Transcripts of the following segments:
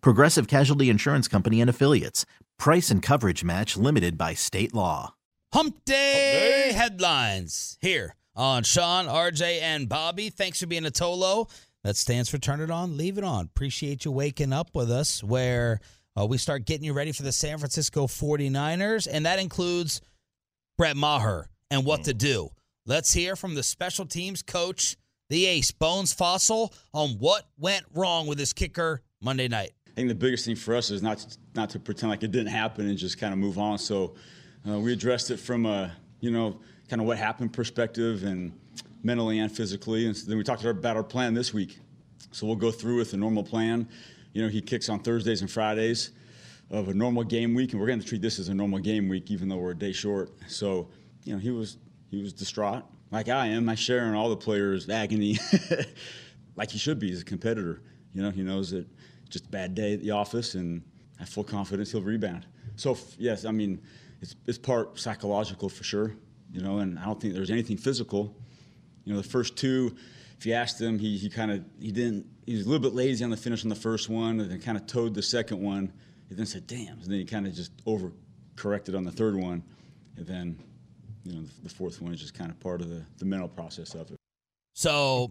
Progressive Casualty Insurance Company and Affiliates. Price and coverage match limited by state law. Hump Day, headlines here on Sean, RJ, and Bobby. Thanks for being a Tolo. That stands for Turn It On, Leave It On. Appreciate you waking up with us where uh, we start getting you ready for the San Francisco 49ers, and that includes Brett Maher and what to do. Let's hear from the special teams coach, the ace, Bones Fossil, on what went wrong with his kicker Monday night. I think the biggest thing for us is not not to pretend like it didn't happen and just kind of move on. So uh, we addressed it from a you know kind of what happened perspective and mentally and physically. And so then we talked about our plan this week. So we'll go through with the normal plan. You know, he kicks on Thursdays and Fridays of a normal game week, and we're going to treat this as a normal game week, even though we're a day short. So you know, he was he was distraught, like I am. I share in all the players' agony, like he should be. He's a competitor. You know, he knows that just a bad day at the office, and I have full confidence he'll rebound. So f- yes, I mean, it's it's part psychological for sure. You know, and I don't think there's anything physical. You know, the first two, if you asked him, he, he kind of he didn't he was a little bit lazy on the finish on the first one, and then kind of towed the second one. He then said, "Damn!" And then he kind of just overcorrected on the third one, and then you know the, the fourth one is just kind of part of the, the mental process of it. So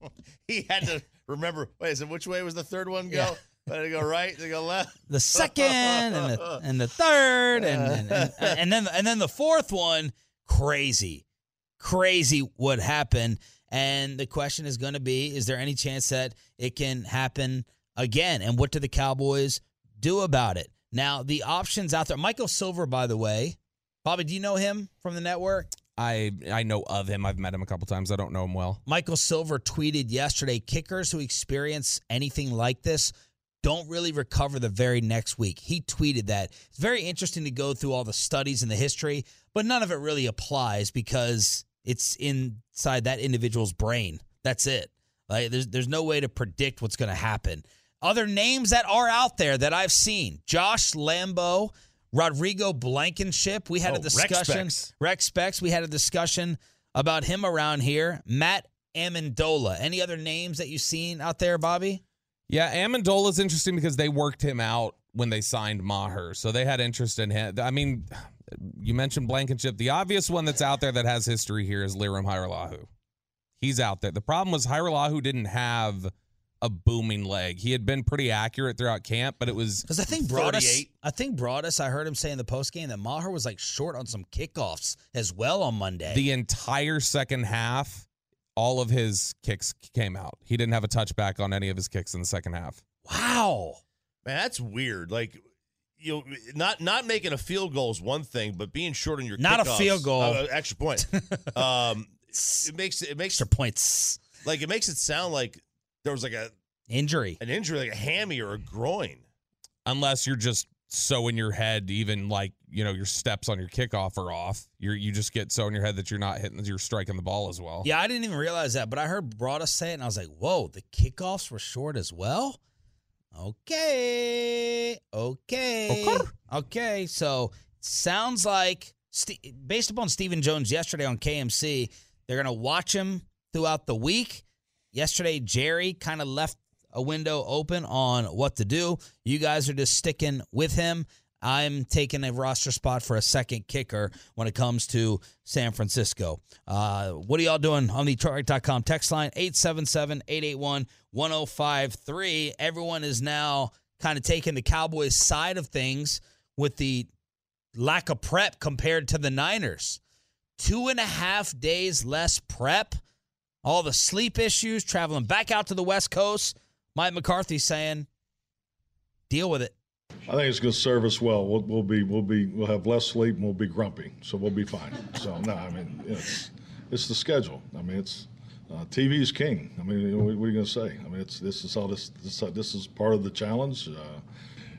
he had to remember. Wait, so which way was the third one go? Did it go right? Did it go left? the second and the, and the third and, and, and and then and then the fourth one crazy crazy what happened and the question is going to be is there any chance that it can happen again and what do the cowboys do about it now the options out there michael silver by the way bobby do you know him from the network I I know of him. I've met him a couple times. I don't know him well. Michael Silver tweeted yesterday kickers who experience anything like this don't really recover the very next week. He tweeted that. It's very interesting to go through all the studies and the history, but none of it really applies because it's inside that individual's brain. That's it. Like there's there's no way to predict what's going to happen. Other names that are out there that I've seen: Josh Lambo, Rodrigo Blankenship. We had a Oh, Rex discussion. Specs. Rex Specs. We had a discussion about him around here. Matt Amendola. Any other names that you've seen out there, Bobby? Yeah, Amendola's interesting because they worked him out when they signed Maher. So they had interest in him. I mean, you mentioned Blankenship. The obvious one that's out there that has history here is Liram Hiralahu. He's out there. The problem was Hiralahu didn't have a booming leg. He had been pretty accurate throughout camp, but it was Because I think brought us, 38. I think brought us. I heard him say in the post game that Maher was like short on some kickoffs as well on Monday. the entire second half, all of his kicks came out. He didn't have a touchback on any of his kicks in the second half. wow, Man, that's weird. Like you know, not not making a field goal is one thing, but being short on your Not a kickoffs- field goal. uh, extra point. um, it makes it makes extra points, like it makes it sound like there was like a injury. an injury, like a hammy or a groin. unless you're just so in your head, even like you know your steps on your kickoff are off. You you just get so in your head that you're not hitting, you're striking the ball as well. Yeah, I didn't even realize that, but I heard brought us say it, and I was like, whoa, the kickoffs were short as well. Okay, okay. Okay. Okay, so sounds like Ste based upon Stephen Jones yesterday on KMC, they're going to watch him throughout the week. Yesterday, Jerry kind of left a window open on what to do. You guys are just sticking with him. I'm taking a roster spot for a second kicker when it comes to San Francisco. Uh, what are y'all doing on the Detroit.com text line 877 881 1053? Everyone is now kind of taking the Cowboys side of things with the lack of prep compared to the Niners. Two and a half days less prep, all the sleep issues, traveling back out to the West Coast. Mike McCarthy saying, deal with it. I think it's going to serve us well. We'll, we'll be we'll be we'll have less sleep and we'll be grumpy, so we'll be fine. So no, I mean it's it's the schedule. I mean it's uh, TV is king. I mean you know, what, what are you going to say? I mean it's this is all this this, this is part of the challenge. Uh,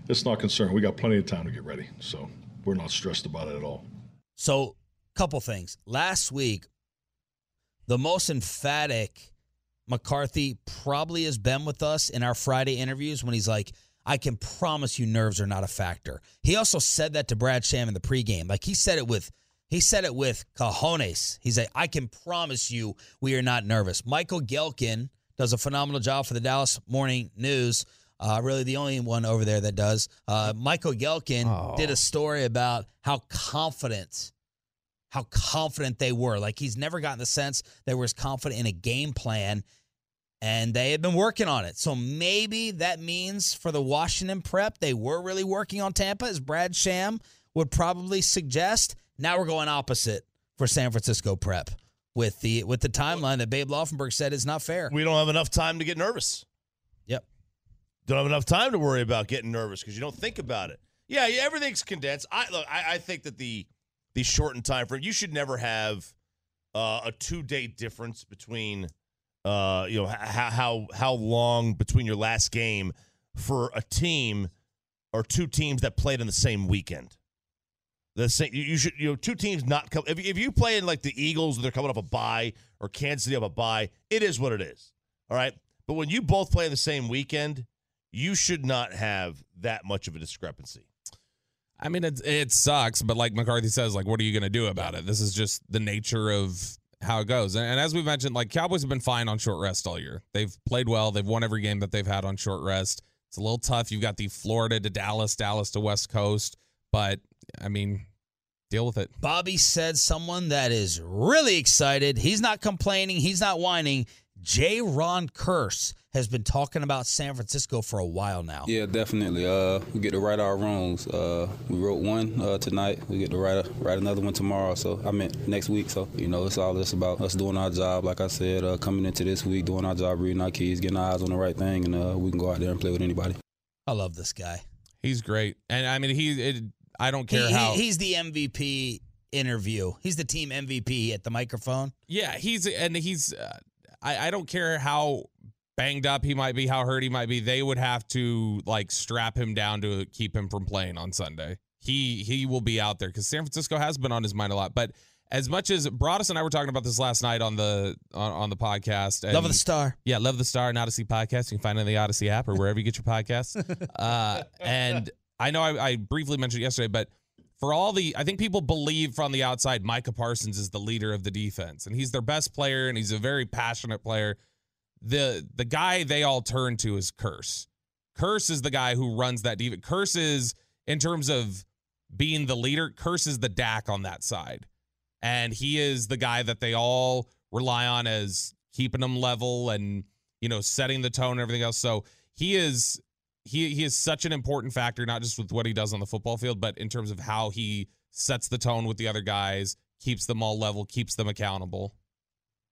it's not concerned. We got plenty of time to get ready, so we're not stressed about it at all. So, couple things. Last week, the most emphatic McCarthy probably has been with us in our Friday interviews when he's like, I can promise you nerves are not a factor. He also said that to Brad Sham in the pregame. Like he said it with he said it with cojones. He said, I can promise you we are not nervous. Michael Gelkin does a phenomenal job for the Dallas Morning News. Uh, really, the only one over there that does. Uh, Michael Gelkin did a story about how confident how confident they were. Like he's never gotten the sense they were as confident in a game plan, and they had been working on it. So maybe that means for the Washington prep, they were really working on Tampa, as Brad Sham would probably suggest. Now we're going opposite for San Francisco prep with the with the timeline that Babe Loffenberg said is not fair. We don't have enough time to get nervous. Yep. Don't have enough time to worry about getting nervous because you don't think about it. Yeah, yeah, everything's condensed. I look. I, I think that the the shortened time frame. You should never have uh, a two day difference between uh, you know h- how how how long between your last game for a team or two teams that played on the same weekend. The same you- you should you know two teams not come if, if you play in like the Eagles they're coming off a bye or Kansas City off a bye it is what it is all right but when you both play on the same weekend you should not have that much of a discrepancy I mean, it, it sucks, but like McCarthy says, like, what are you going to do about it? This is just the nature of how it goes. And, and as we've mentioned, like, Cowboys have been fine on short rest all year. They've played well. They've won every game that they've had on short rest. It's a little tough. You've got the Florida to Dallas, Dallas to West Coast, but I mean, deal with it. Bobby said someone that is really excited. He's not complaining. He's not whining. J. Ron Curse has been talking about San Francisco for a while now. Yeah, definitely. Uh, we get to right our wrongs. Uh, we wrote one uh, tonight. We get to right right another one tomorrow. So I mean next week. So you know, it's all just about us doing our job. Like I said, uh, coming into this week, doing our job, reading our keys, getting our eyes on the right thing, and uh, we can go out there and play with anybody. I love this guy. He's great. And I mean, he, it, I don't care He- he- how. he's the MVP interview. He's the team MVP at the microphone. Yeah, he's and he's. Uh, I I don't care how banged up he might be, how hurt he might be. They would have to like strap him down to keep him from playing on Sunday. He he will be out there because San Francisco has been on his mind a lot. But as much as Broadus and I were talking about this last night on the on, on the podcast, and- Love of the star. yeah, Love the Star and Odyssey podcast. You can find it on the Odyssey app or wherever you get your podcasts. Uh, and I know I, I briefly mentioned it yesterday, but for all the, I think people believe from the outside Micah Parsons is the leader of the defense, and he's their best player, and he's a very passionate player. the The guy they all turn to is Curse. Curse is the guy who runs that defense. Curse is, in terms of being the leader, Curse is the DAC on that side and he is the guy that they all rely on as keeping them level and you know setting the tone and everything else so he is he he is such an important factor not just with what he does on the football field but in terms of how he sets the tone with the other guys keeps them all level keeps them accountable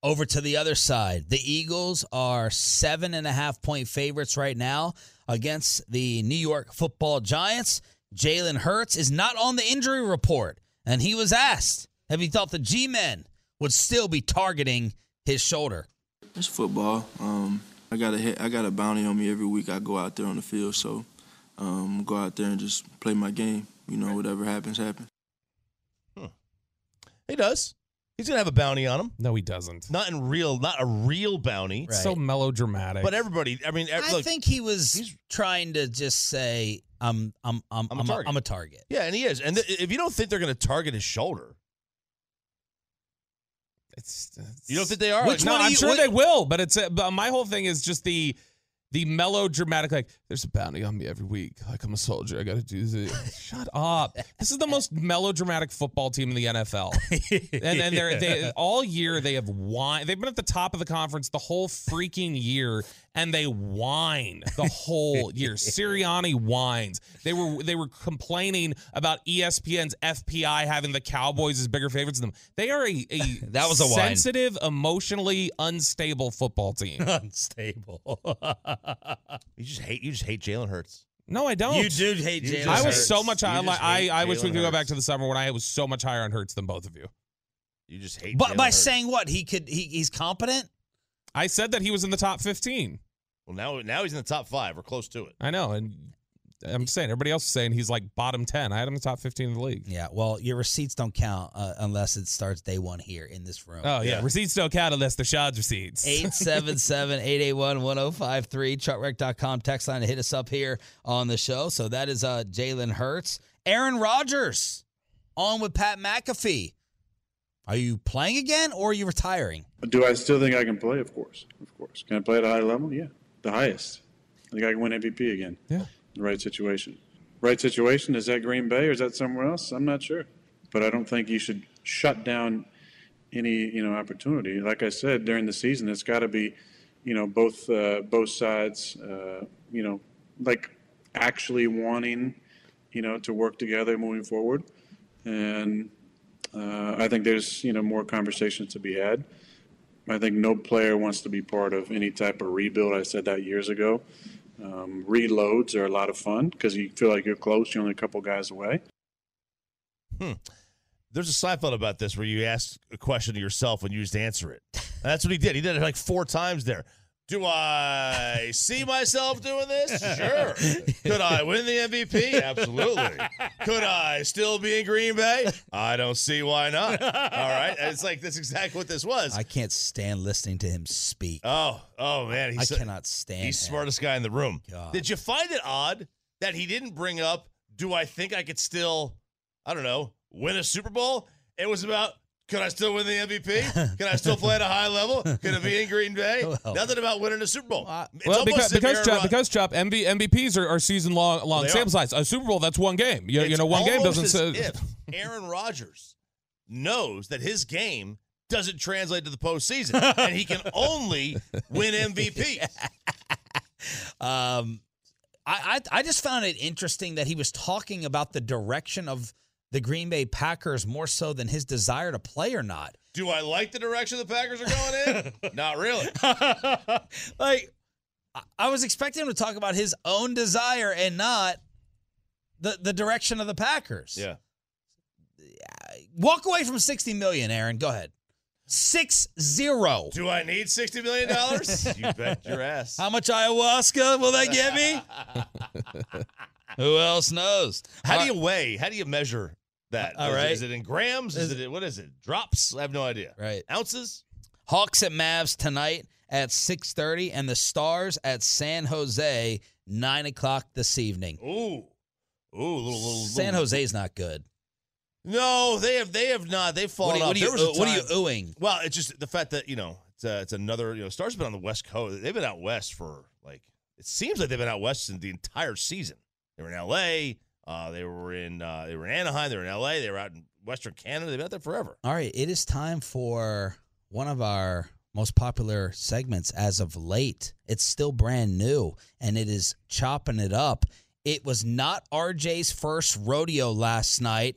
Over to the other side. The Eagles are seven and a half point favorites right now against the New York football giants. Jalen Hurts is not on the injury report, and he was asked if he thought the G men would still be targeting his shoulder. It's football. Um, I got a hit, I got a bounty on me every week. I go out there on the field, so um, go out there and just play my game. You know, whatever happens, happens. he does He's gonna have a bounty on him. No, he doesn't. Not in real, not a real bounty. Right. So melodramatic. But everybody, I mean, ev- I look, think he was trying to just say, "I'm, I'm, I'm, I'm I'm, I'm, a a, target. I'm a target." yeah, and he is. And th- if you don't think they're gonna target his shoulder, it's, it's- you don't think they are. Which Like, no, one? I'm I'm sure sure they will, but it's uh, but my whole thing is just the the melodramatic. Like, there's a bounty on me every week. Like I'm a soldier. I got to do this. Shut up. This is the most melodramatic football team in the NFL. and then they're they all year they have whine. They've been at the top of the conference the whole freaking year, and they whine the whole year. Sirianni whines. They were they were complaining about E ESPN's FPI having the Cowboys as bigger favorites than them. They are a, a That was a whine. sensitive, emotionally unstable football team. Unstable. You just hate. You just hate Jalen Hurts. no, I don't. you do hate You Jalen. just I was Hurts. so much. You I, just I, hate I wish we Jalen could go back Hurts. to the summer when I was so much higher on Hurts than both of you. You just hate. But Jalen by Hurts. saying what he could, he, he's competent. I said that he was in the top fifteen. well, now Oh, now he's in the top five or close to it. I know, and I'm just saying everybody else is saying he's like bottom ten. I had him in the top fifteen of the league. Yeah. Well, your receipts don't count uh, unless it starts day one here in this room. Oh yeah, Yeah. receipts don't count unless they're Shad's receipts. 877-881-1053 chartrec.com text line to hit us up here on the show so that is uh jalen hurts aaron rodgers on with pat mcafee are you playing again or are you retiring Do I still think I can play? Of course, of course. Can I play at a high level? Yeah, the highest. I think I can win MVP again. Yeah. in the right situation. Right situation is that Green Bay or is that somewhere else? I'm not sure, but I don't think you should shut down any you know opportunity. Like I said during the season, it's got to be you know both uh, both sides uh, you know like actually wanting you know to work together moving forward, and uh, I think there's you know more conversations to be had. I think no player wants to be part of any type of rebuild. I said that years ago. Um, reloads are a lot of fun because you feel like you're close. You're only a couple guys away. Hmm. There's a Seinfeld about this where you ask a question to yourself and you just answer it. And that's what he did. He did it like four times there. Do I see myself doing this? Sure. Could I win the MVP? Absolutely. Could I still be in Green Bay? I don't see why not. All right. And It's like that's exactly what this was. i can't stand listening to him speak oh, oh man. He's i so- cannot stand He's him. smartest guy in the room. God. Did you find it odd that he didn't bring up? Do I think I could still, I don't know, win a Super Bowl? It was about. Could I still win the MVP? Can I still play at a high level? Could it be in Green Bay? Well. Nothing about winning a Super Bowl. It's well, almost because as if because Aaron Chop, Rod- because Chop, MV, MVPs are, are season long long They are. sample size. A Super Bowl that's one game. You, you it's know, one game almost doesn't. as Say, if Aaron Rodgers knows that his game doesn't translate to the postseason, and he can only win MVP. Um, I, I I just found it interesting that he was talking about the direction of the Green Bay Packers more so than his desire to play or not. Do I like the direction the Packers are going in? Not really. like, I- I was expecting him to talk about his own desire and not the the direction of the Packers. Yeah. Walk away from sixty million, Aaron. Go ahead. Six zero. Do I need sixty million dollars? you bet your ass. How much ayahuasca will that get me? Who else knows? How do you weigh? How do you measure that? All Is it- right. Is it in grams? Is, it what is it? Drops? I have no idea. right? Ounces? Hawks at Mavs tonight at 6.30 and the Stars at San Jose 9 o'clock this evening. Ooh, ooh, little little. San little- Jose's not good. No, they have they have not. They've What fallen are, off. what, are you, There was a uh, what are you time- oohing? Well, it's just the fact that you know it's uh, it's another you know Stars have been on the West Coast. They've been out west for like it seems like they've been out west since the entire season. They were in L.A. Uh, they were in uh, they were in Anaheim. They were in L.A. They were out in Western Canada. They've been out there forever. All right, it is time for one of our most popular segments as of late. It's still brand new and it is chopping it up. It was not RJ's first rodeo last night,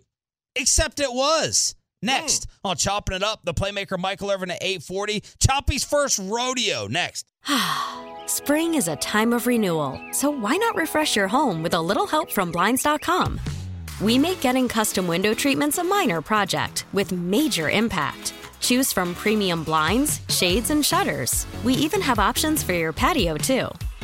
except it was. Next on Chopping It Up, the playmaker Michael Irvin at 840. Choppy's first rodeo. Next. Spring is a time of renewal, so why not refresh your home with a little help from Blinds.com? We make getting custom window treatments a minor project with major impact. Choose from premium blinds, shades, and shutters. We even have options for your patio, too.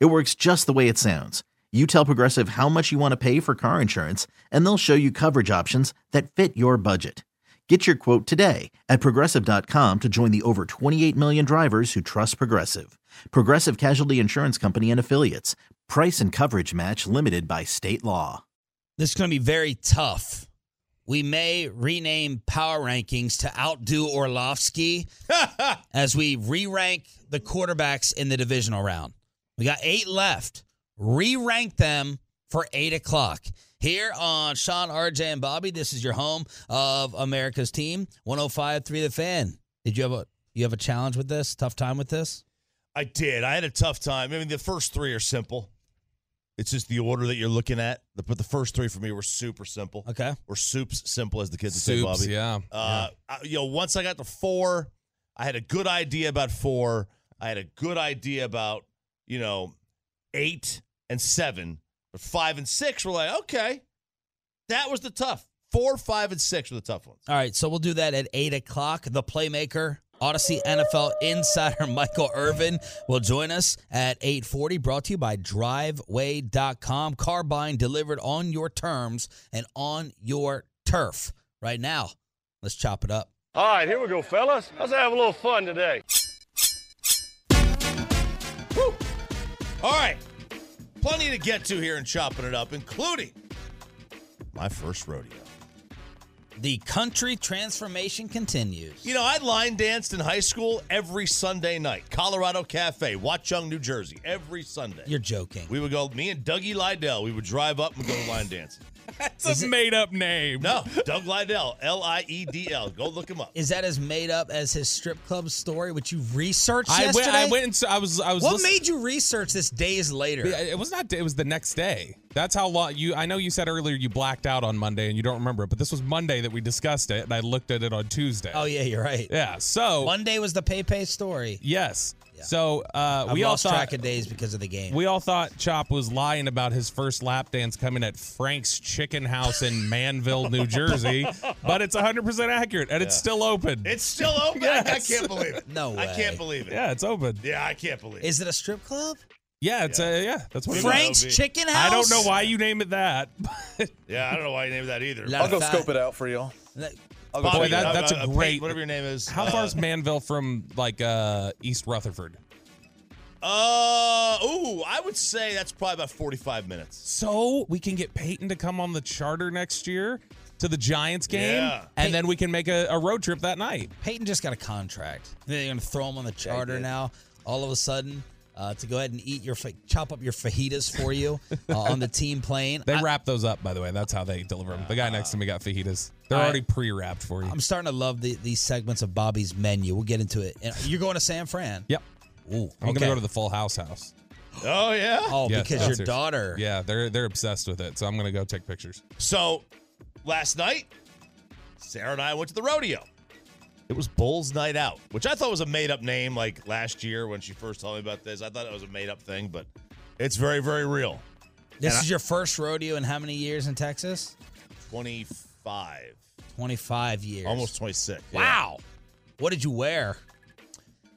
It works just the way it sounds. You tell Progressive how much you want to pay for car insurance, and they'll show you coverage options that fit your budget. Get your quote today at progressive.com to join the over 28 million drivers who trust Progressive. Progressive Casualty Insurance Company and Affiliates. Price and coverage match limited by state law. This is going to be very tough. We may rename power rankings to outdo Orlovsky as we re rank the quarterbacks in the divisional round. We got eight left. Re rank them for eight o'clock. Here on Sean, RJ, and Bobby, this is your home of America's team, 105.3 The Fan. Did you have a you have a challenge with this? Tough time with this? I did. I had a tough time. I mean, the first three are simple. It's just the order that you're looking at. The, but the first three for me were super simple. Okay. Or soups simple, as the kids would say, Soups, Bobby. yeah. Uh, I- you know, once I got to four, I had a good idea about four. I had a good idea about, you know, eight and seven. But five and six were like, okay, that was the tough. Four, five, and six were the tough ones. All right, so we'll do that at 8 o'clock. The playmaker, Odyssey NFL insider Michael Irvin will join us at 8.40, brought to you by driveway.com. Car buying delivered on your terms and on your turf. Right now, let's chop it up. All right, here we go, fellas. Let's have a little fun today. All right. Plenty to get to here in chopping it up, including my first rodeo. The country transformation continues. You know, I line danced in high school every Sunday night. Colorado Cafe, Watchung, New Jersey, every Sunday. You're joking. We would go, me and Dougie Lydell, we would drive up and go line dancing. That's a made up name. No, Doug Lydell, L I E D L. Go look him up. Is that as made up as his strip club story, which you researched I went, yesterday? I went and s- I was I was what listen- made you research this days later? Yeah, It was not. It was the next day. That's how long you. I know you said earlier you blacked out on Monday and you don't remember it, but this was Monday that we discussed it, and I looked at it on Tuesday. Oh, yeah, you're right. Yeah. So Monday was the Pepe story. yes. So uh, I've we all lost thought track of days because of the game. we all thought Chop was lying about his first lap dance coming at Frank's Chicken House in Manville, New Jersey, but it's 100 percent accurate and it's Yeah. still open. It's still open? I, I Yes. can't believe it. No I way. can't believe it. Yeah, yeah, it's open. I can't believe it. Is it a strip club? Yeah, it's uh, yeah. That's what it is. Frank's LV. Chicken House. I don't know why you name it that. Yeah, I don't know why you named that either. I'll go scope it out for y'all. Bobby, Boy, that- uh, that's a uh, Pete, great- Whatever your name is. How uh, far is Manville from like uh, East Rutherford? Uh, ooh, I would say that's probably about 45 minutes. so we can get Peyton to come on the charter next year to the Giants game, Yeah. and then we can make a, a road trip that night. Peyton just got a contract. They're going to throw him on the charter now. All of a sudden, uh, to go ahead and eat your fa- chop up your fajitas for you uh, on the team plane. They I- wrap those up, by the way. That's how they deliver them. The guy next to me got fajitas. They're I- already pre-wrapped for you. I'm starting to love the, these segments of Bobby's menu. We'll get into it. And you're going to San Fran. yep. Ooh, I'm okay. gonna go to the Full House house. Oh, yeah. Oh, Yeah, because that's your serious. daughter. Yeah, they're they're obsessed with it. So I'm gonna go take pictures. So last night, Sarah and I went to the rodeo. It was Bulls Night Out, which I thought was a made up name like last year when she first told me about this. I thought it was a made up thing, but it's very, very real. This And is your first rodeo in how many years in Texas? 25. 25 years. Almost 26. yeah. Wow. What did you wear?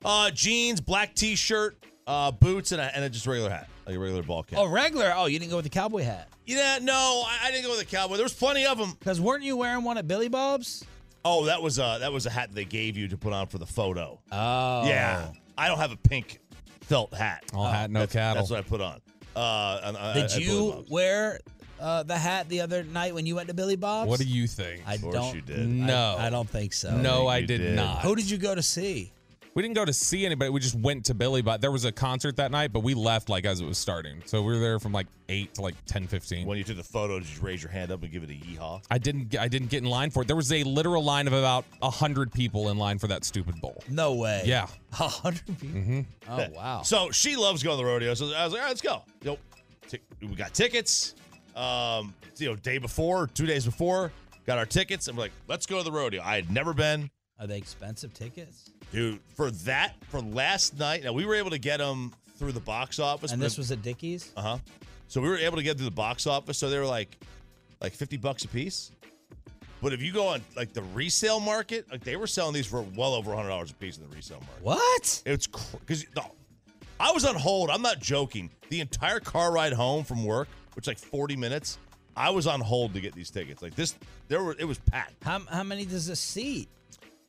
Uh, jeans, black t-shirt, uh, boots, and a, and a just regular hat, like a regular ball cap. Oh, regular. Oh, you didn't go with the cowboy hat. Yeah, no, I, I didn't go with a cowboy. There was plenty of them. Because weren't you wearing one at Billy Bob's? Oh, that was a that was a hat they gave you to put on for the photo. Oh, yeah. I don't have a pink felt hat. All hat, no that's, cattle. That's what I put on. Uh, and I- Did I- I blew you it up. wear uh, the hat the other night when you went to Billy Bob's? What do you think? I don't. you did. No. I, I don't think so. No, I, did, not. Who did you go to see? We didn't go to see anybody. We just went to Billy. But there was a concert that night, but we left like as it was starting. So we were there from like eight to like ten fifteen. When you took the photo, did you raise your hand up and give it a yeehaw? I didn't. I didn't get in line for it. There was a literal line of about hundred people in line for that stupid bowl. No way. Yeah. A hundred people. hmm Oh wow. Mm-hmm. So she loves going to the rodeo. So I was like, all right, let's go. You know, ti- we got tickets. Um, you know, day before, two days before, got our tickets. I'm like, let's go to the rodeo. I had never been, Are they expensive tickets? dude. For that, for last night. Now we were able to get them through the box office. And this was at Dickies. uh huh. So we were able to get through the box office. So they were like, like fifty bucks a piece. But if you go on like the resale market, like they were selling these for well over hundred dollars a piece in the resale market. What? It's because no, I was on hold. I'm not joking. The entire car ride home from work, which is like 40 minutes, I was on hold to get these tickets. Like this, there were it was packed. How how many does this seat?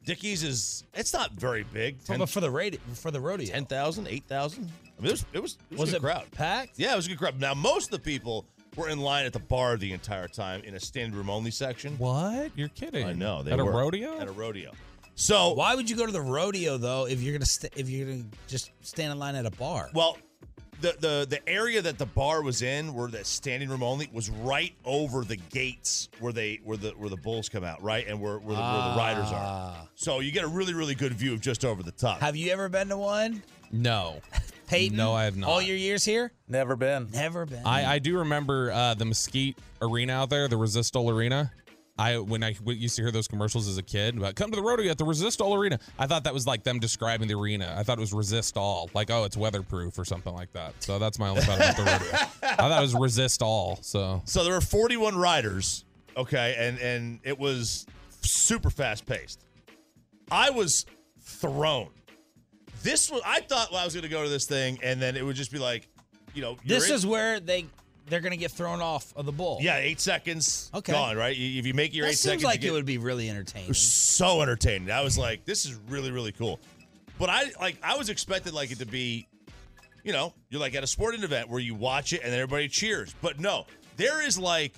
Dickies is it's not very big. But- 10, but for the radio, for the rodeo, 10,000, 8,000. I mean, it was it was, it was, Was a good it crowd. packed? Yeah, it was a good crowd. Now most of the people were in line at the bar the entire time in a standing room only section. What? You're kidding? I know they At were. a rodeo? At a rodeo. So why would you go to the rodeo though if you're gonna st- if you're gonna just stand in line at a bar? Well, the the the area that the bar was in, where the standing room only, was right over the gates where they where the where the bulls come out, right, and where where the, where the riders Ah. are. So you get a really really good view of just over the top. Ah. Have you ever been to one, No. Peyton? No, I have not. All your years here, Never been. never been. I, I do remember uh, the Mesquite Arena out there, the Resistol Arena. I when I w- used to hear those commercials as a kid about come to the rodeo at the Resistol Arena. I thought that was like them describing the arena. I thought it was Resist All, like oh it's weatherproof or something like that. So that's my only thought about the rodeo. I thought it was Resist All. So So there were 41 riders, okay, and and it was super fast paced. I was thrown. This was I thought well, I was going to go to this thing, and then it would just be like, you know, you're this in- is where they they're gonna get thrown off of the bull. yeah, eight seconds Okay. gone, right? You- If you make your that eight seems seconds, like it you get- would be really It entertaining. was so entertaining. I was like, this is really, really cool. But I like I was expecting like it to be, you know, you're like at a sporting event where you watch it and everybody cheers. But no, there is like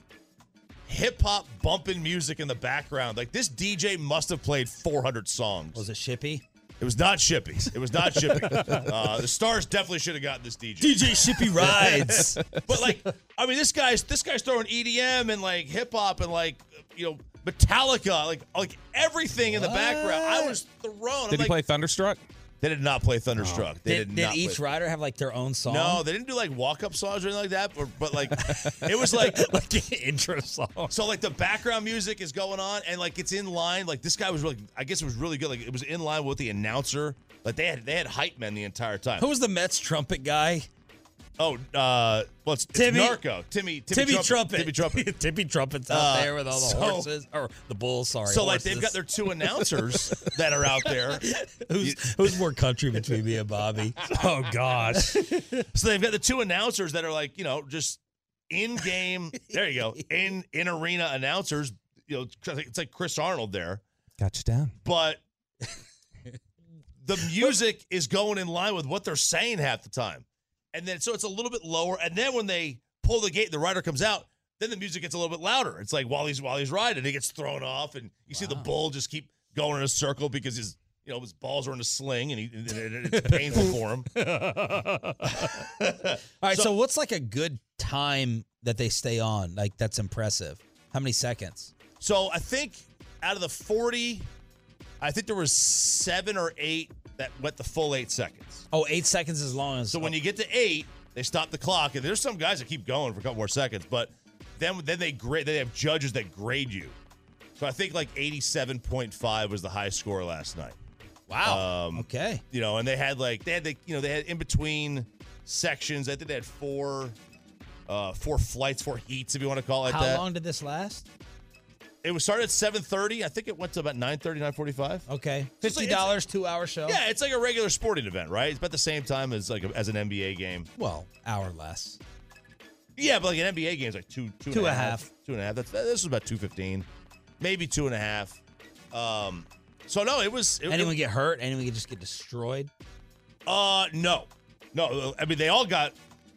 hip hop bumping music in the background. Like this DJ must have played 400 songs. Was it Shippy? It was not Shippy's. It was not Shippy. uh, the Stars definitely should have gotten this DJ. DJ Shippy rides. but like, I mean, this guy's this guy's throwing EDM and like hip hop and like you know Metallica, like like everything in the background. I was thrown. did I'm he play like, Thunderstruck? They did not play Thunderstruck. They did did, did not. each play. rider have like their own song? No, they didn't do like walk up songs or anything like that. But, but like, it was like like an intro song. so like the background music is going on and like it's in line. Like this guy was really, I guess it was really good. Like it was in line with the announcer. Like they had they had hype men the entire time. Who was the Mets trumpet guy? Oh, uh, well, it's, Timmy- it's Narco. Timmy, Timmy, Timmy Trumpet. Timmy Trumpet. Tippy trumpets out Uh, there with all the so- horses or the bulls. Sorry, so like they've horses. got their two announcers that are out there. who's who's more country between me and Bobby. Oh gosh, So they've got the two announcers that are like you know just in game. There you go. In in arena announcers. You know, it's like- it's like Chris Arnold there, Got you down. but the music is going in line with what they're saying half the time, and then so it's a little bit lower. And then when they pull the gate, the rider comes out. Then the music gets a little bit louder. It's like while he's while he's riding, he gets thrown off, and you see the bull just keep going in a circle because his you know his balls are in a sling, and, he, and it- it's painful for him. All right, so, what's like a good time that they stay on? Like that's impressive. How many seconds? So I think out of the 40, I think there was seven or eight that went the full eight seconds. Oh, eight seconds is long as So when you get to eight, they stop the clock, and there's some guys that keep going for a couple more seconds, but then then they grade they have judges that grade you. So I think like 87.5 was the high score last night. wow. Um, okay, you know, and they had like they had the you know they had in between sections. I think they had four uh, four flights, four heats, if you want to call it How uh, that. long did this last? It was started at 7.30. I think it went to about 9.30, 9.45. Okay. It's Fifty like- it's- dollars, two hour show. Yeah, it's like a regular sporting event, right? It's about the same time as like a, as an NBA game. Well, hour less. Yeah, but like an NBA game is like two two Two and and a a half, two and a half. That's, this was about two fifteen, maybe two and a half. Um, so no, it was. It, Anyone it- get hurt? Anyone get just get destroyed? Uh, no, no. I mean, they all got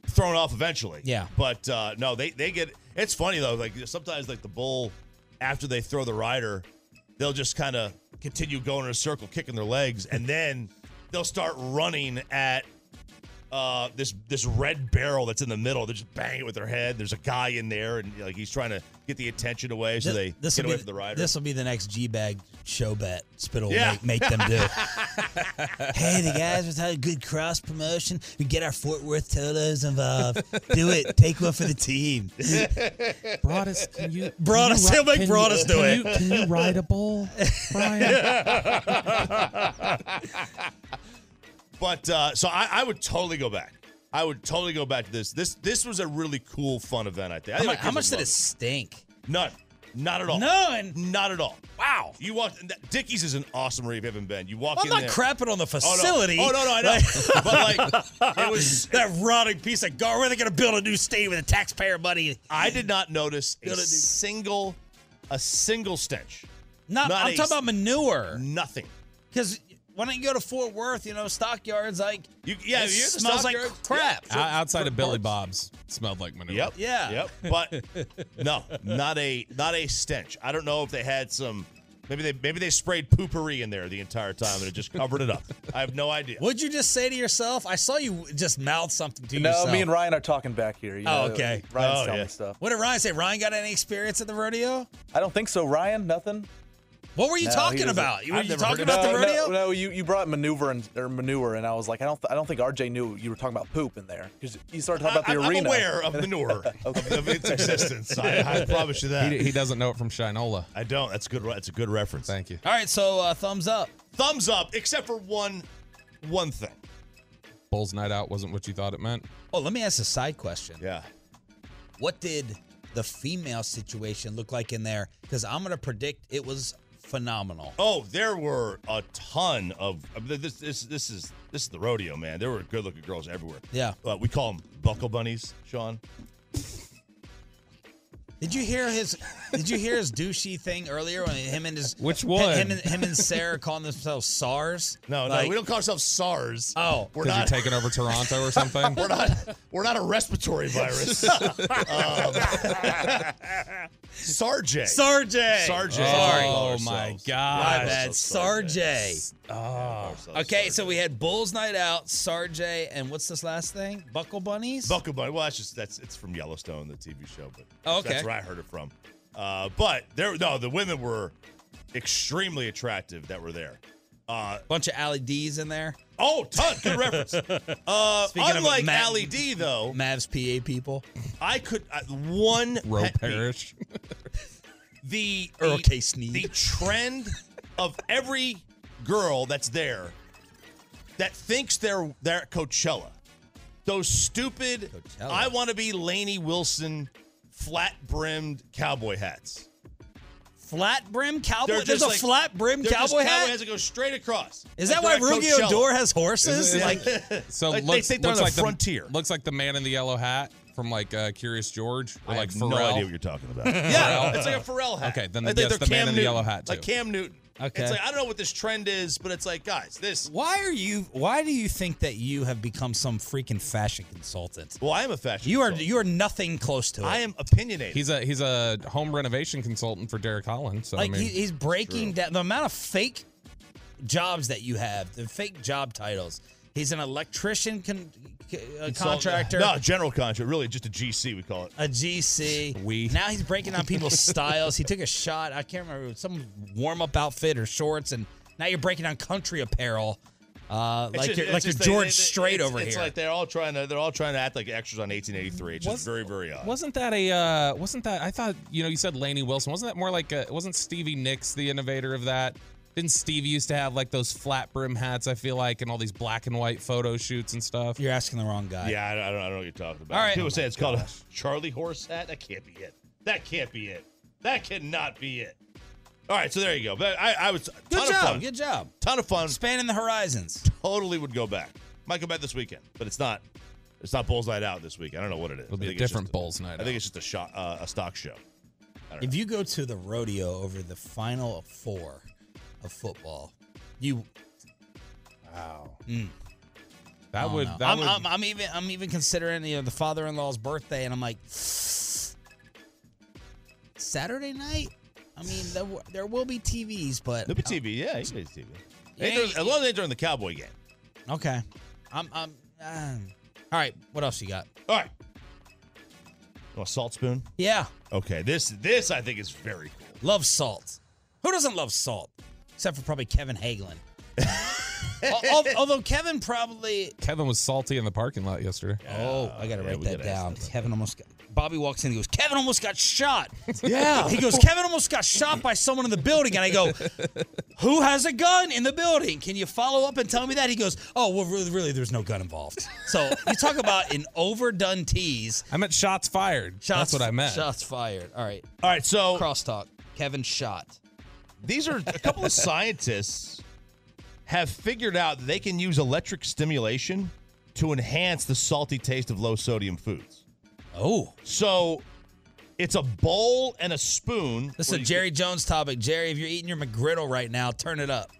thrown off eventually. Yeah. But uh, no, they they get. It's funny though. Like sometimes, like the bull, after they throw the rider, they'll just kind of continue going in a circle, kicking their legs, and then they'll start running at uh, this this red barrel that's in the middle. They just bang it with their head. There's a guy in there, and like he's trying to get the attention away, so they This get will be away from the rider. This will be the next G bag show bet. Spittle will Yeah. make, make them do. hey, the guys was having good cross promotion. We get our Fort Worth Tolos involved. do it. Take one for the team. Broadus, can you? Broadus, he'll make Broadus do it. ride a bull, but uh, so I, I would totally go back. I would totally go back to this. This this was a really cool, fun event. I think. I How think mu- my how kids much would did love it stink? None. Not at all. None. Not at all. Wow. You walked. and that- Dickies is an awesome rave. If you haven't been, you walk I'm in not there. crapping on the Oh, no. facility. Oh, no, no, I know. but like, it was that rotting piece of gar. Where are they going to build a new stadium with the taxpayer money? I did not notice a Build a new- single, a single stench. Not, Not I'm a- talking about manure. Nothing. Because why don't you go to Fort Worth? You know, stockyards like you, yeah, it you hear the smells like stockyards? crap. Yeah, sure. Outside of Billy Bob's, smelled like manure. Yep. Yeah. Yep. But no, not a not a stench. I don't know if they had some. Maybe they maybe they sprayed poopery in there the entire time and it just covered it up. I have no idea. What'd you just say to yourself? I saw you just mouth something to no, yourself. me and Ryan are talking back here. You Oh, know, okay. Ryan's Oh, telling yeah. me stuff. What did Ryan say? Ryan got any experience at the rodeo? I don't think so, Ryan. Nothing. What were you No, he talking doesn't- about? You- Were I've you never heard of talking about it. the No, rodeo? No, no, you, you brought maneuver and or manure, and I was like, I don't th- I don't think RJ knew you were talking about poop in there because you started talking about the I- I'm arena. aware of manure of, of its existence. I, I promise you that. He, he doesn't know it from Shinola. I don't. That's good. That's a good reference. Thank you. All right, so uh, thumbs up. Thumbs up, except for one one thing. Bulls night out wasn't what you thought it meant. Oh, let me ask a side question. Yeah. What did the female situation look like in there? Because I'm going to predict it was phenomenal. Oh, there were a ton of I mean, this. This this is this is the rodeo, man. There were good-looking girls everywhere. Yeah. Uh, we call them buckle bunnies, Sean. Did you hear his? did you hear his douchey thing earlier when him and his Which one? Him and, him and Sarah calling themselves SARS. No, no, we don't call ourselves SARS. Oh, we're Because you're not. taking over Toronto or something. we're not. We're not a respiratory virus. um, Sarjay. Sarjay. Sarjay. Oh, my My God. bad, Sarjay. Ah. Oh. Okay, so we had Bulls Night Out, Sarjay, and what's this last thing? Buckle Bunnies? Buckle Bunny. Well, that's just that's it's from Yellowstone, the TV show, but Oh, okay. that's where I heard it from. Uh, but there, no, the women were extremely attractive that were there. Uh, Bunch of Ally D's in there. oh, ton good reference. Uh, Speaking of unlike Matt- Ali D, though, Mavs PA people. I could uh, one Roe pet peeve. Parish. the Earl the- K. Sneed. the trend of every girl that's there that thinks they're they're at Coachella. Those stupid Coachella. I want to be Laney Wilson flat brimmed cowboy hats. Flat brim They're cowboy. just There's a like- flat brim they're just cowboy Cowboy hat. hats that go straight across. Is Like that why they're at Rugi Coachella. Odor has horses? like So Like, they looks, think they're looks on the like frontier. The, looks like the man in the yellow hat from like uh, Curious George or I like have no Pharrell. idea what you're talking about. Pharrell? yeah, it's like a Pharrell hat. Okay, then like, yes, they're the man Cam in the yellow Newton. hat, Like too. Cam Newton. Okay. It's like I don't know what this trend is, but it's like guys, this why are you why do you think that you have become some freaking fashion consultant? Well, I am a fashion. You are consultant. you are nothing close to it. I am opinionated. He's a he's a home renovation consultant for Derek Holland. So like I mean, he, he's breaking down the amount of fake jobs that you have, the fake job titles. He's an electrician con, c- a contractor, No, general contractor. Really, just a GC. We call it. a GC. We. now he's breaking down people's styles. He took a shot. I can't remember it was some warm up outfit or shorts, and now you're breaking down country apparel, uh, It's like just- you're it's like you're just they- George they- they- Strait it's- over it's here. like they're all trying to they're all trying to act like extras on 1883. It's just Was- very very odd. wasn't that a uh, wasn't that I thought you know you said Laney Wilson wasn't that more like a, wasn't Stevie Nicks the innovator of that? Didn't Steve used to have like those flat brim hats? I feel like, and all these black and white photo shoots and stuff. You're asking the wrong guy. Yeah, I don't, I don't, I don't know what you're talking about. All right. People Oh say my it's called a gosh. Charlie horse hat. That can't be it. That can't be it. That cannot be it. All right, so there you go. But I, I was Good ton job, Of fun. good job. Ton of fun. Spanning the horizons. Totally would go back. Might go back this weekend, but it's not. It's not Bulls Night Out this week. I don't know what it is. It'll be a different Bulls Night I think it's just a shot, uh, a stock show. I don't know. If you go to the rodeo over the final four of football, you Wow. Mm. I Hmm. That don't would. know. That I'm, would. I'm, I'm even I'm even considering you know the father-in-law's birthday, and I'm like Saturday night. I mean, there, w- there will be TVs, but uh, There'll be TV. Yeah, you can use TV. Yeah, Ain't during- as long as they during the Cowboy game. okay. I'm I'm. Uh, all right. What else you got? All right. You want a Oh, salt spoon? Yeah. Okay. This this I think is very cool. Love salt. Who doesn't love salt? Except for probably Kevin Hagelin. Al- al- Although Kevin probably Kevin was salty in the parking lot yesterday. Oh, I gotta yeah, write we that gotta ask down. Kevin almost got. Bobby walks in. He goes, Kevin almost got shot. Yeah. He goes, Kevin almost got shot by someone in the building. And I go, Who has a gun in the building? Can you follow up and tell me that? He goes, Oh, well, really, really there's no gun involved. So you talk about an overdone tease. I meant shots fired. Shots, That's what I meant. Shots fired. All right. All right. So crosstalk. Kevin shot. These are a couple of scientists have figured out that they can use electric stimulation to enhance the salty taste of low sodium foods. Oh. So it's a bowl and a spoon. This is a Jerry Jones topic. Jerry, if you're eating your McGriddle right now, turn it up.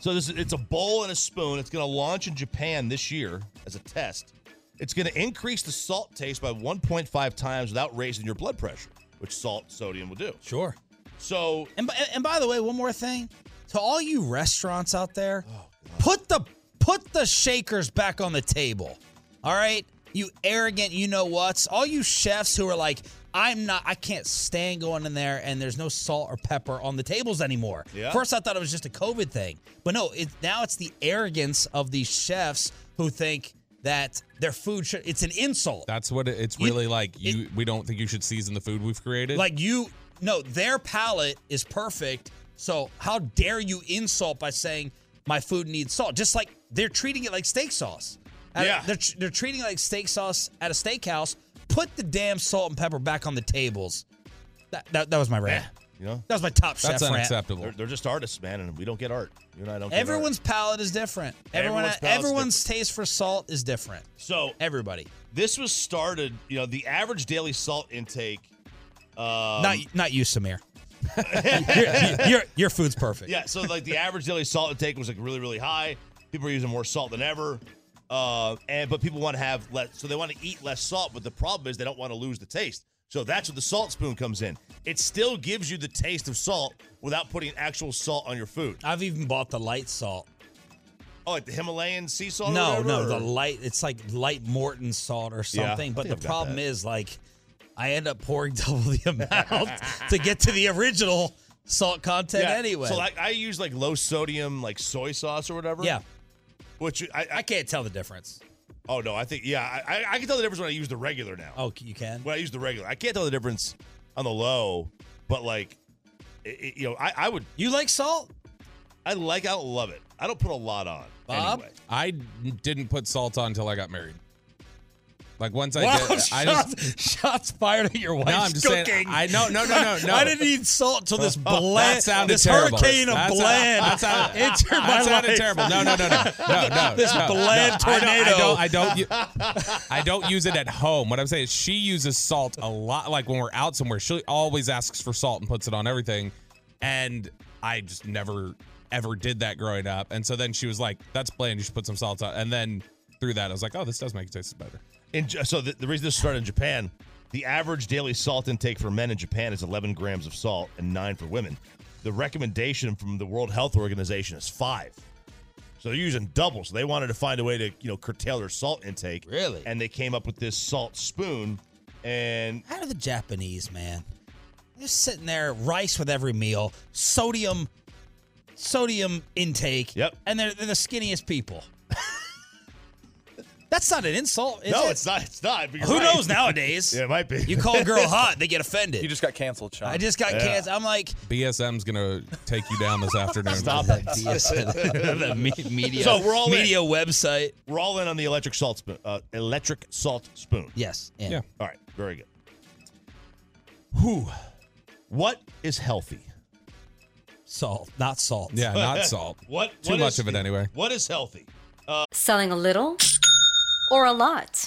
So this it's a bowl and a spoon. It's going to launch in Japan this year as a test. It's going to increase the salt taste by 1.5 times without raising your blood pressure, which salt sodium will do. Sure. So And b- and by the way, one more thing to all you restaurants out there, Oh, put the put the shakers back on the table. All right, you arrogant, you know what's all you chefs who are like, I'm not, I can't stand going in there and there's no salt or pepper on the tables anymore. Yeah. First, I thought it was just a COVID thing, but no, it now it's the arrogance of these chefs who think that their food should. It's an insult. That's what it, it's really like. You, we don't think you should season the food we've created. Like you, no, their palate is perfect. So how dare you insult by saying my food needs salt? Just like they're treating it like steak sauce. At- Yeah. they're, tr- they're treating it like steak sauce at a steakhouse. Put the damn salt and pepper back on the tables. That that, that was my rant. you know, That was my top chef rant. They're, they're just artists, man, and we don't get art. You and I don't. get art. Everyone's palate is different. Everyone, Everyone's everyone's, palate's taste for salt is different. So everybody, this was started. You know, the average daily salt intake. Um, not not you, Samir. your, your, your food's perfect. Yeah, so like the average daily salt intake was like really, really high. People are using more salt than ever, uh, and but people want to have less, so they want to eat less salt. But the problem is they don't want to lose the taste. So that's where the salt spoon comes in. It still gives you the taste of salt without putting actual salt on your food. I've even bought the light salt. Oh, like the Himalayan sea salt. or No, whatever, no, or- the light. It's like light Morton salt or Yeah, something. I but think the I've got problem that. is, like, I end up pouring double the amount to get to the original salt content Yeah, anyway. So like I use like low sodium like soy sauce or whatever. yeah, Which I, I can't tell the difference. Oh no, I think yeah, I, I- I can tell the difference when I use the regular now. Oh, you can. When I use the regular, I can't tell the difference on the low, but like, it, it- you know, I, I would. You like salt? I like. I don't love it. I don't put a lot on. Bob? Anyway. I didn't put salt on until I got married. Like once I Wow, did, I shots, just shots fired at your wife's I'm just saying, cooking. I- no, no, no, no, no. I didn't eat salt till this That bland, sounded this terrible. hurricane of That sound- bland. that sounded- entered that my sounded life. terrible. No, no, no, no, no, no. this no, bland no. tornado. I don't, I don't, I don't. I don't use it at home. What I'm saying is, she uses salt a lot. Like when we're out somewhere, she always asks for salt and puts it on everything. And I just never, ever did that growing up. And so then she was like, "That's bland. You should put some salt on." And then through that, I was like, "Oh, this does make it taste better." In, Ja- so the, the reason this started in Japan, the average daily salt intake for men in Japan is 11 grams of salt and nine for women. The recommendation from the World Health Organization is five. So they're using double. So they wanted to find a way to you know curtail their salt intake. Really? And they came up with this salt spoon. And How do the Japanese, man? They're sitting there, rice with every meal, sodium, sodium intake. Yep. And they're, they're the skinniest people. That's not an insult. Is no, it? it's not. It's not. but you're Who right. knows nowadays? yeah, it might be. You call a girl hot, they get offended. You just got canceled, Sean. I just got canceled. I'm like, BSM's gonna take you down this afternoon. Stop it. The me- media- So we're all media in. website. We're all in on the electric salt spoon. Uh, electric salt spoon. Yes. in. Yeah. All right. Very good. Who? What is healthy? Salt, not salt. Yeah, not salt. what? Too what much is- of it anyway. What is healthy? Selling a little or a lot?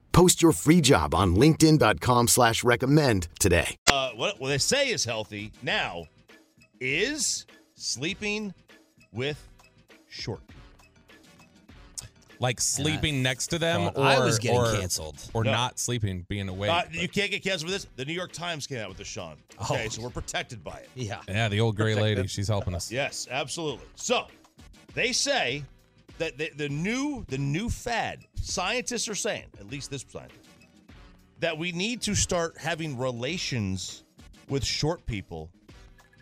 Post your free job on linkedin.com/recommend slash recommend today. Uh, what, what they say is healthy now is sleeping with short people. Like sleeping next to them, or I was getting or- canceled. or No. not sleeping, being awake. Uh, you can't get canceled with this. The New York Times came out with this, Sean. Okay, so we're protected by it. Oh. Yeah. yeah, the old gray lady, she's helping us. Yes, absolutely. So they say that the, the new the new fad scientists are saying, at least this scientist, that we need to start having relations with short people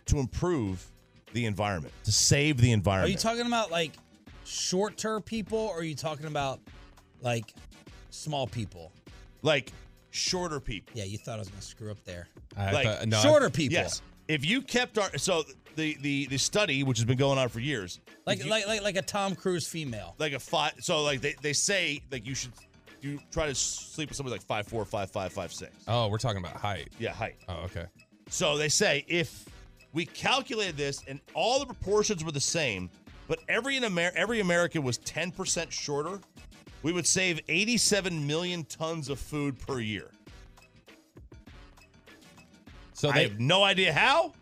to improve the environment, to save the Are environment. you talking about like shorter people, or are you talking about like small people? Like shorter people. Yeah, you thought I was gonna screw up there. like shorter people. Yes. If you kept our so the the the study which has been going on for years, Like, if you- like like like a Tom Cruise female. like a five. So like they, they say like you should you try to sleep with somebody like five four five five five six. Oh, we're talking about height. Yeah, height. Oh, okay. So they say if we calculated this and all the proportions were the same, but every in Amer- every American was ten percent shorter, we would save eighty seven million tons of food per year. So I they have no idea how,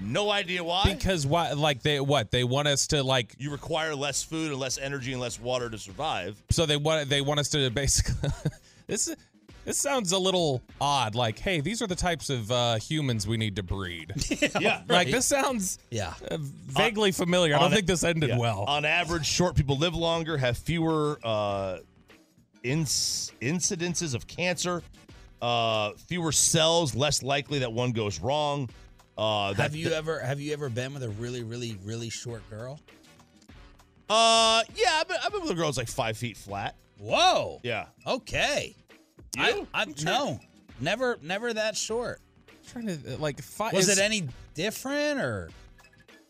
no idea why. because why? Like they what? They want us to like. you require less food and less energy and less water to survive. So they want they want us to basically. this is This sounds a little odd. Like, hey, these are the types of uh, humans we need to breed. Yeah. Like this sounds yeah Uh, vaguely familiar. I On don't a- think this ended yeah. well. On average, short people live longer, have fewer uh, inc- incidences of cancer, uh, fewer cells, less likely that one goes wrong. Uh, that, have you ever have you ever been with a really really really short girl? Uh, yeah, I've been, I've been with a girl that's like five feet flat. Whoa. Yeah. Okay. I, I no, never never that short. trying to like five. Was is- it any different or?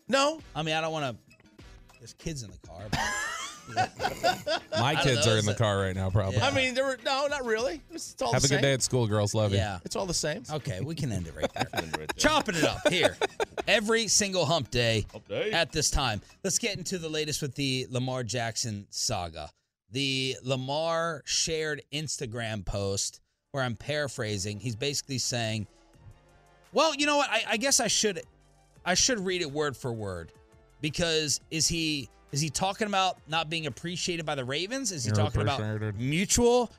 No. I mean, I don't want to. There's kids in the car. but- I My don't kids know, are in is the it- car right now, probably. I mean, there were no, not really. It's all Have the a same. good day at school, girls. Love you. Yeah. It's all the same. Okay, we can end it right there. Chopping it up here every single hump day, at this time. Let's get into the latest with the Lamar Jackson saga. The Lamar shared Instagram post where I'm paraphrasing. He's basically saying, "Well, you know what? I, I guess I should, I should read it word for word, because is he is he talking about not being appreciated by the Ravens? Is he You're talking about appreciated. mutual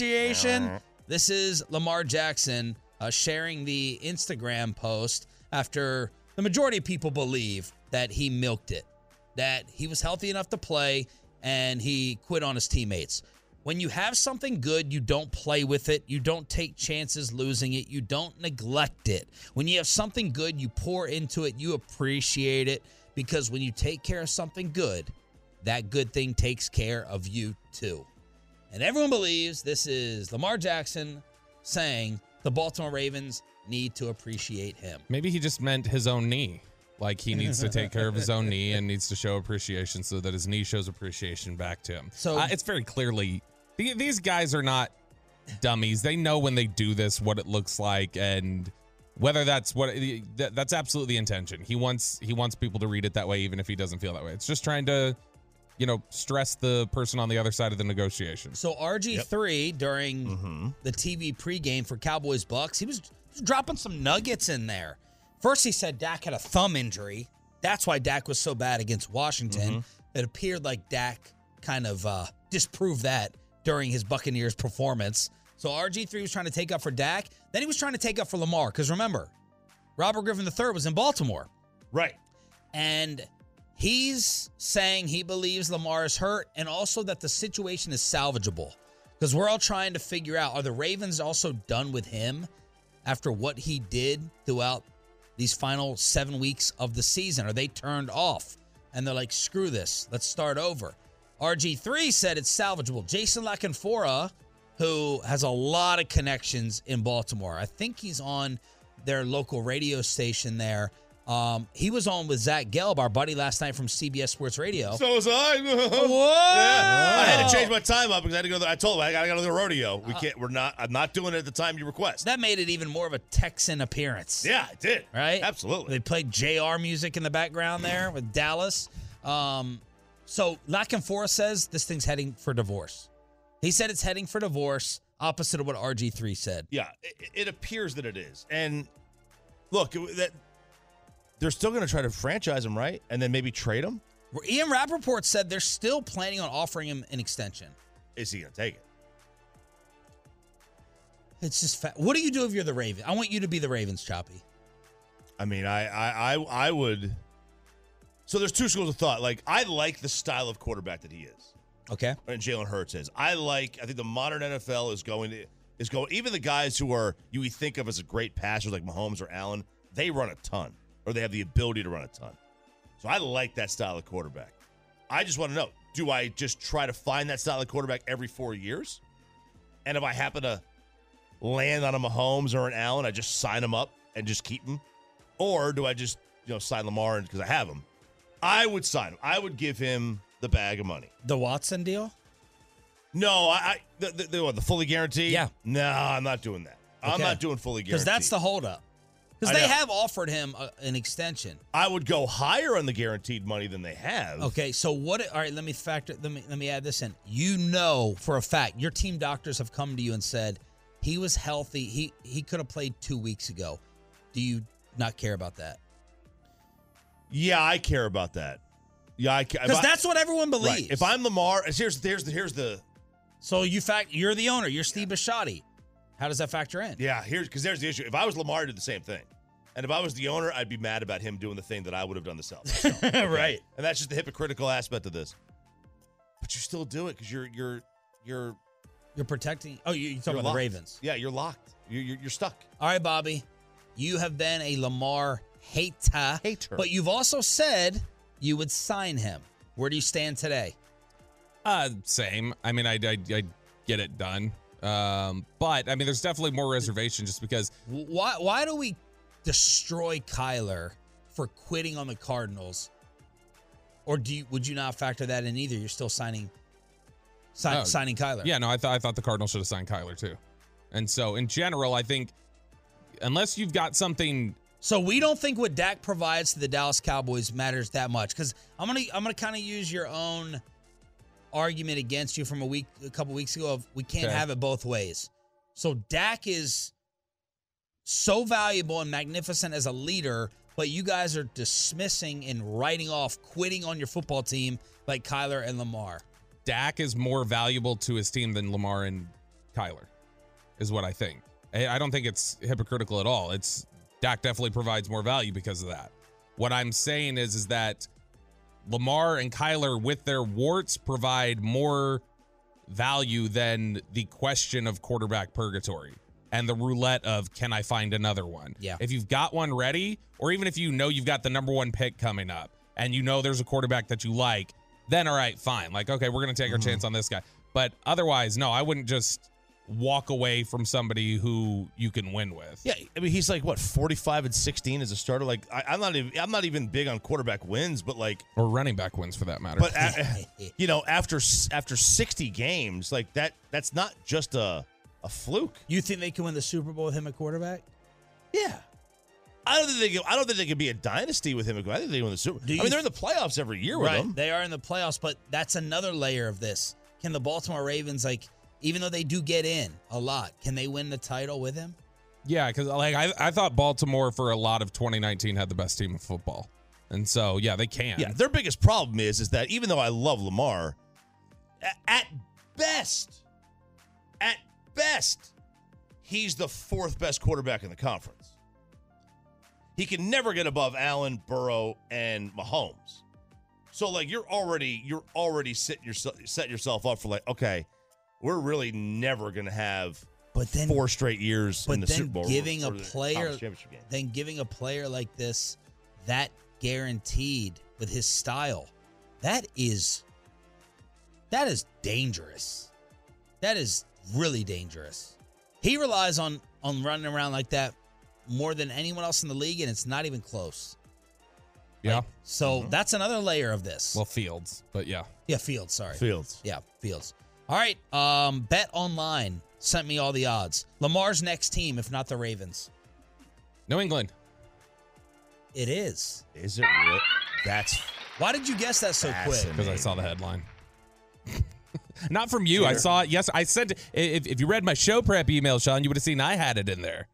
appreciation. This is Lamar Jackson uh, sharing the Instagram post after the majority of people believe that he milked it, that he was healthy enough to play and he quit on his teammates. When you have something good, you don't play with it. You don't take chances losing it. You don't neglect it. When you have something good, you pour into it. You appreciate it because when you take care of something good, that good thing takes care of you too. And everyone believes this is Lamar Jackson saying the Baltimore Ravens need to appreciate him. Maybe he just meant his own knee. Like he needs to take care of his own knee and needs to show appreciation so that his knee shows appreciation back to him. So- Uh, it's very clearly the- these guys are not dummies. They know when they do this what it looks like and whether that's what that- that's absolutely the intention. He wants he wants people to read it that way even if he doesn't feel that way. It's just trying to you know stress the person on the other side of the negotiation. So RG3 during the TV pregame for Cowboys Bucks, he was dropping some nuggets in there. First, he said Dak had a thumb injury. That's why Dak was so bad against Washington. It appeared like Dak kind of uh, disproved that during his Buccaneers performance. So RG3 was trying to take up for Dak. Then he was trying to take up for Lamar. Because remember, Robert Griffin III was in Baltimore. Right. And he's saying he believes Lamar is hurt and also that the situation is salvageable. Because we're all trying to figure out are the Ravens also done with him after what he did throughout these final seven weeks of the season? Are they turned off? And they're like, screw this, let's start over. RG3 said it's salvageable. Jason Lacanfora, who has a lot of connections in Baltimore, I think he's on their local radio station there. Um, he was on with Zach Gelb, our buddy last night from CBS Sports Radio. So was I. Whoa! Yeah. I had to change my time up because I had to go. To, I told him I got to go to the rodeo. We can't. We're not. I'm not doing it at the time you request. that made it even more of a Texan appearance. Yeah, it did. Right? Absolutely. They played JR music in the background there with Dallas. Um, so Lockenfora says this thing's heading for divorce. He said it's heading for divorce, opposite of what RG3 said. Yeah, it, it appears that it is. And look, it- that they're still going to try to franchise him, right? And then maybe trade him. Where Ian Rappaport said they're still planning on offering him an extension. Is he going to take it? It's just fa- what do you do if you're the Ravens? I want you to be the Ravens, Choppy. I mean, I, I, I, I would. So there's two schools of thought. Like, I like the style of quarterback that he is. Okay. And Jalen Hurts is. I like. I think the modern NFL is going to is going. Even the guys who are you would think of as great passers like Mahomes or Allen, they run a ton, or they have the ability to run a ton. So I like that style of quarterback. I just want to know: Do I just try to find that style of quarterback every four years? And if I happen to land on a Mahomes or an Allen, I just sign him up and just keep him, or do I just you know sign Lamar because I have him? I would sign him. I would give him the bag of money. The Watson deal? No, I, I the, the, the, what, the fully guaranteed. Yeah. No, I'm not doing that. I'm Okay. not doing fully guaranteed. Because that's the holdup. Because I they know. have offered him a, an extension. I would go higher on the guaranteed money than they have. Okay, so what? All right, let me factor. Let me let me add this in. You know for a fact your team doctors have come to you and said he was healthy. He he could have played two weeks ago. Do you not care about that? Yeah, I care about that. Yeah, I care 'Cause that's what everyone believes. If I'm Lamar, here's here's the here's the So you fact you're the owner. You're Steve Bisciotti. How does that factor in? Yeah, here's because there's the issue. If I was Lamar, I'd do the same thing. And if I was the owner, I'd be mad about him doing the thing that I would have done the self. right. And that's just the hypocritical aspect of this. But you still do it because you're you're you're You're protecting. Oh, you, you're talking you're about locked. the Ravens. Yeah, you're locked. You're, you're you're stuck. All right, Bobby. You have been a Lamar hater. Hater. But you've also said you would sign him. Where do you stand today? Uh, same. I mean, I, I, I get it done. Um, but I mean, there's definitely more reservation just because Why why do we destroy Kyler for quitting on the Cardinals? Or do you, would you not factor that in either? You're still signing sign, Oh, signing Kyler. Yeah, no, I thought I thought the Cardinals should have signed Kyler too. And so in general, I think unless you've got something So we don't think what Dak provides to the Dallas Cowboys matters that much because I'm gonna I'm gonna kind of use your own argument against you from a week a couple weeks ago of we can't Okay. have it both ways. So Dak is so valuable and magnificent as a leader, but you guys are dismissing and writing off quitting on your football team like Kyler and Lamar. Dak is more valuable to his team than Lamar and Kyler, is what I think. I I don't think it's hypocritical at all. It's Dak definitely provides more value because of that. What I'm saying is, is that Lamar and Kyler, with their warts, provide more value than the question of quarterback purgatory and the roulette of can I find another one? Yeah. If you've got one ready, or even if you know you've got the number one pick coming up and you know there's a quarterback that you like, then all right, fine. Like, okay, we're going to take our chance on this guy. But otherwise, no, I wouldn't just walk away from somebody who you can win with. Yeah, I mean he's like what 45 and 16 as a starter. Like I, I'm not even I'm not even big on quarterback wins, but like Or running back wins for that matter. but a, you know after s- after 60 games like that that's not just a a fluke. You think they can win the Super Bowl with him at quarterback? Yeah. I don't think they can, I don't think they could be a dynasty with him. I think they win the Super. I you- mean they're in the playoffs every year with right. him. They are in the playoffs, but that's another layer of this. Can the Baltimore Ravens, like, even though they do get in a lot, can they win the title with him? Yeah, because like I, I thought Baltimore for a lot of 2019 had the best team in football, and so yeah, they can. Yeah, their biggest problem is is that even though I love Lamar, a- at best, at best, he's the fourth best quarterback in the conference. He can never get above Allen, Burrow, and Mahomes. So like you're already you're already setting yourself setting yourself up for like okay, we're really never gonna have but then four straight years But in the then Super Bowl. or- giving or a the conference player, championship game. then giving a player like this that guaranteed with his style, that is, that is dangerous. That is really dangerous. He relies on on running around like that more than anyone else in the league, and it's not even close. yeah. So Mm-hmm. that's another layer of this. Well, Fields, but yeah, Yeah, Fields. Sorry, Fields. Yeah, Fields. All right. Um, Bet Online sent me all the odds. Lamar's next team, if not the Ravens, New England. it is. Is it? Real? That's Why did you guess that so quick? because I saw the headline. Not from you. I saw it. Yes, I sent. If, if you read my show prep email, Sean, you would have seen I had it in there.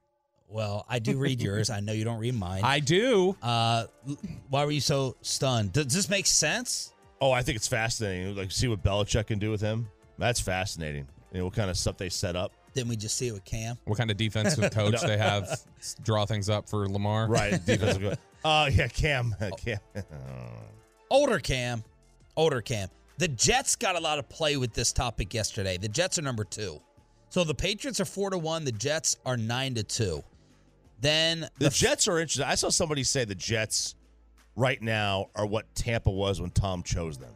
Well, I do read yours. I know you don't read mine. I do. Uh, l- why were you so stunned? Does this make sense? Oh, I think it's fascinating. Like, see what Belichick can do with him. That's fascinating. You know, what kind of stuff they set up. Didn't we just see it with Cam? What kind of defensive coach they have s- draw things up for Lamar? Right, defensive coach. Oh, yeah, Cam. Cam. Uh, Older Cam, older Cam. The Jets got a lot of play with this topic yesterday. The Jets are number two. So the Patriots are four to one. The Jets are nine to two. Then The Jets are interesting. I saw somebody say the Jets right now are what Tampa was when Tom chose them.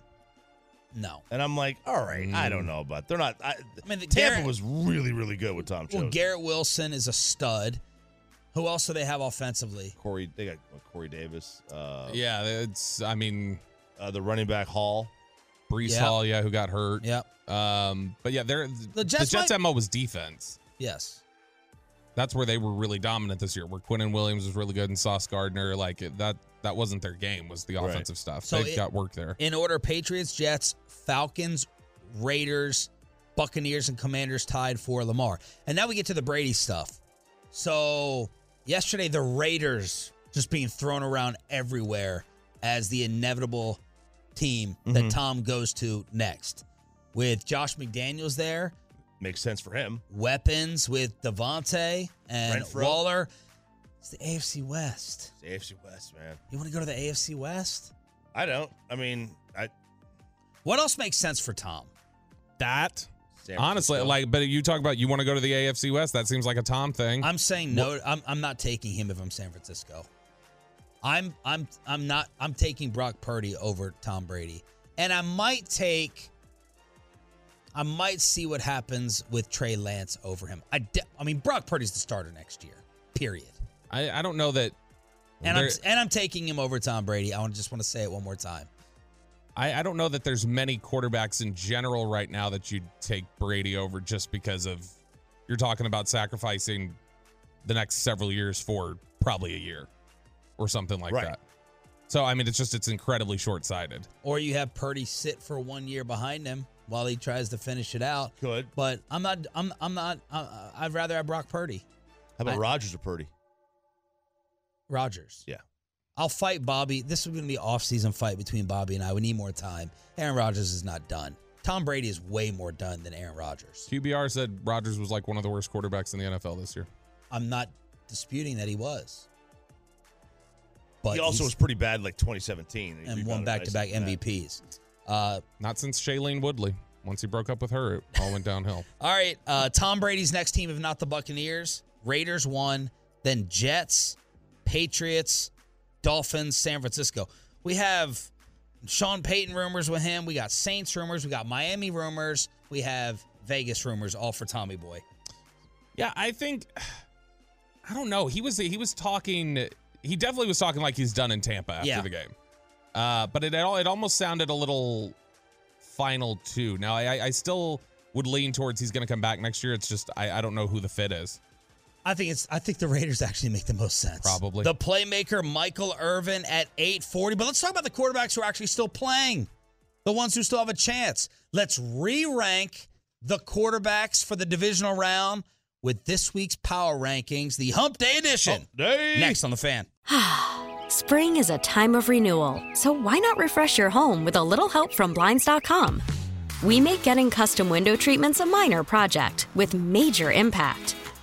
no. And I'm like, all right, I don't know about. They're not. I, I mean, the Tampa Garrett- was really, really good with Tom chose. Well, Garrett Wilson is a stud. Who else do they have offensively? Corey, they got uh, Corey Davis. Uh, Yeah, it's. I mean, uh, the running back Hall, Brees Yeah. Hall, yeah, who got hurt. Yep. Um, but yeah, they're the Jets Jets, the Jets might- MO was defense. Yes. that's where they were really dominant this year. Where Quinn and Williams was really good and Sauce Gardner, like that that wasn't their game was the Right. offensive stuff. So They've it- got work there. In order, Patriots, Jets, Falcons, Raiders, Buccaneers, and Commanders tied for Lamar. And now we get to the Brady stuff. So yesterday, the Raiders just being thrown around everywhere as the inevitable Mm-hmm. team that Tom goes to next. With Josh McDaniels there, Makes sense for him. Weapons with Devontae and Renfro. Waller. It's the AFC West. It's the AFC West, man. You want to go to the AFC West? I don't. I mean, I. What else makes sense for Tom? That San honestly, Francisco. like, but you talk about you want to go to the AFC West. That seems like a Tom thing. I'm saying no. I'm, I'm not taking him if I'm San Francisco. I'm I'm I'm not. I'm taking Brock Purdy over Tom Brady, and I might take. I might see what happens with Trey Lance over him. I de- I mean Brock Purdy's the starter next year. Period. I, I don't know that. And I'm there- and I'm taking him over Tom Brady. I wanna- just want to say it one more time. I, I don't know that there's many quarterbacks in general right now that you'd take Brady over just because of you're talking about sacrificing the next several years for probably a year or something like Right. that. So I mean, it's just it's incredibly short sighted. Or you have Purdy sit for one year behind him while he tries to finish it out. Good. But I'm not. I'm I'm not. I, I'd rather have Brock Purdy. How about I- Rogers or Purdy? Rodgers. Yeah. I'll fight Bobby. This is going to be an off-season fight between Bobby and I. We need more time. Aaron Rodgers is not done. Tom Brady is way more done than Aaron Rodgers. QBR said Rodgers was like one of the worst quarterbacks in the NFL this year. I'm not disputing that he was. he also he's- was pretty bad like 2017. and He rebounded won back-to-back nicely from that. MVPs. Uh, Not since Shailene Woodley. Once he broke up with her, it all went downhill. All right, uh, Tom Brady's next team, if not the Buccaneers, Raiders one, then Jets, Patriots, Dolphins, San Francisco. We have Sean Payton rumors with him. We got Saints rumors. We got Miami rumors. We have Vegas rumors, all for Tommy Boy. Yeah, I think I don't know. He was he was talking. He definitely was talking like he's done in Tampa after Yeah. the game. Uh, but it all it almost sounded a little final too. Now I I- I still would lean towards he's going to come back next year. It's just I I don't know who the fit is. I think it's. I think the Raiders actually make the most sense. Probably. the playmaker Michael Irvin at eight forty. But let's talk about the quarterbacks who are actually still playing, the ones who still have a chance. Let's re rank the quarterbacks for the divisional round with this week's power rankings, the Hump Day edition. Next on the fan. Spring is a time of renewal, so why not refresh your home with a little help from Blinds.com? We make getting custom window treatments a minor project with major impact.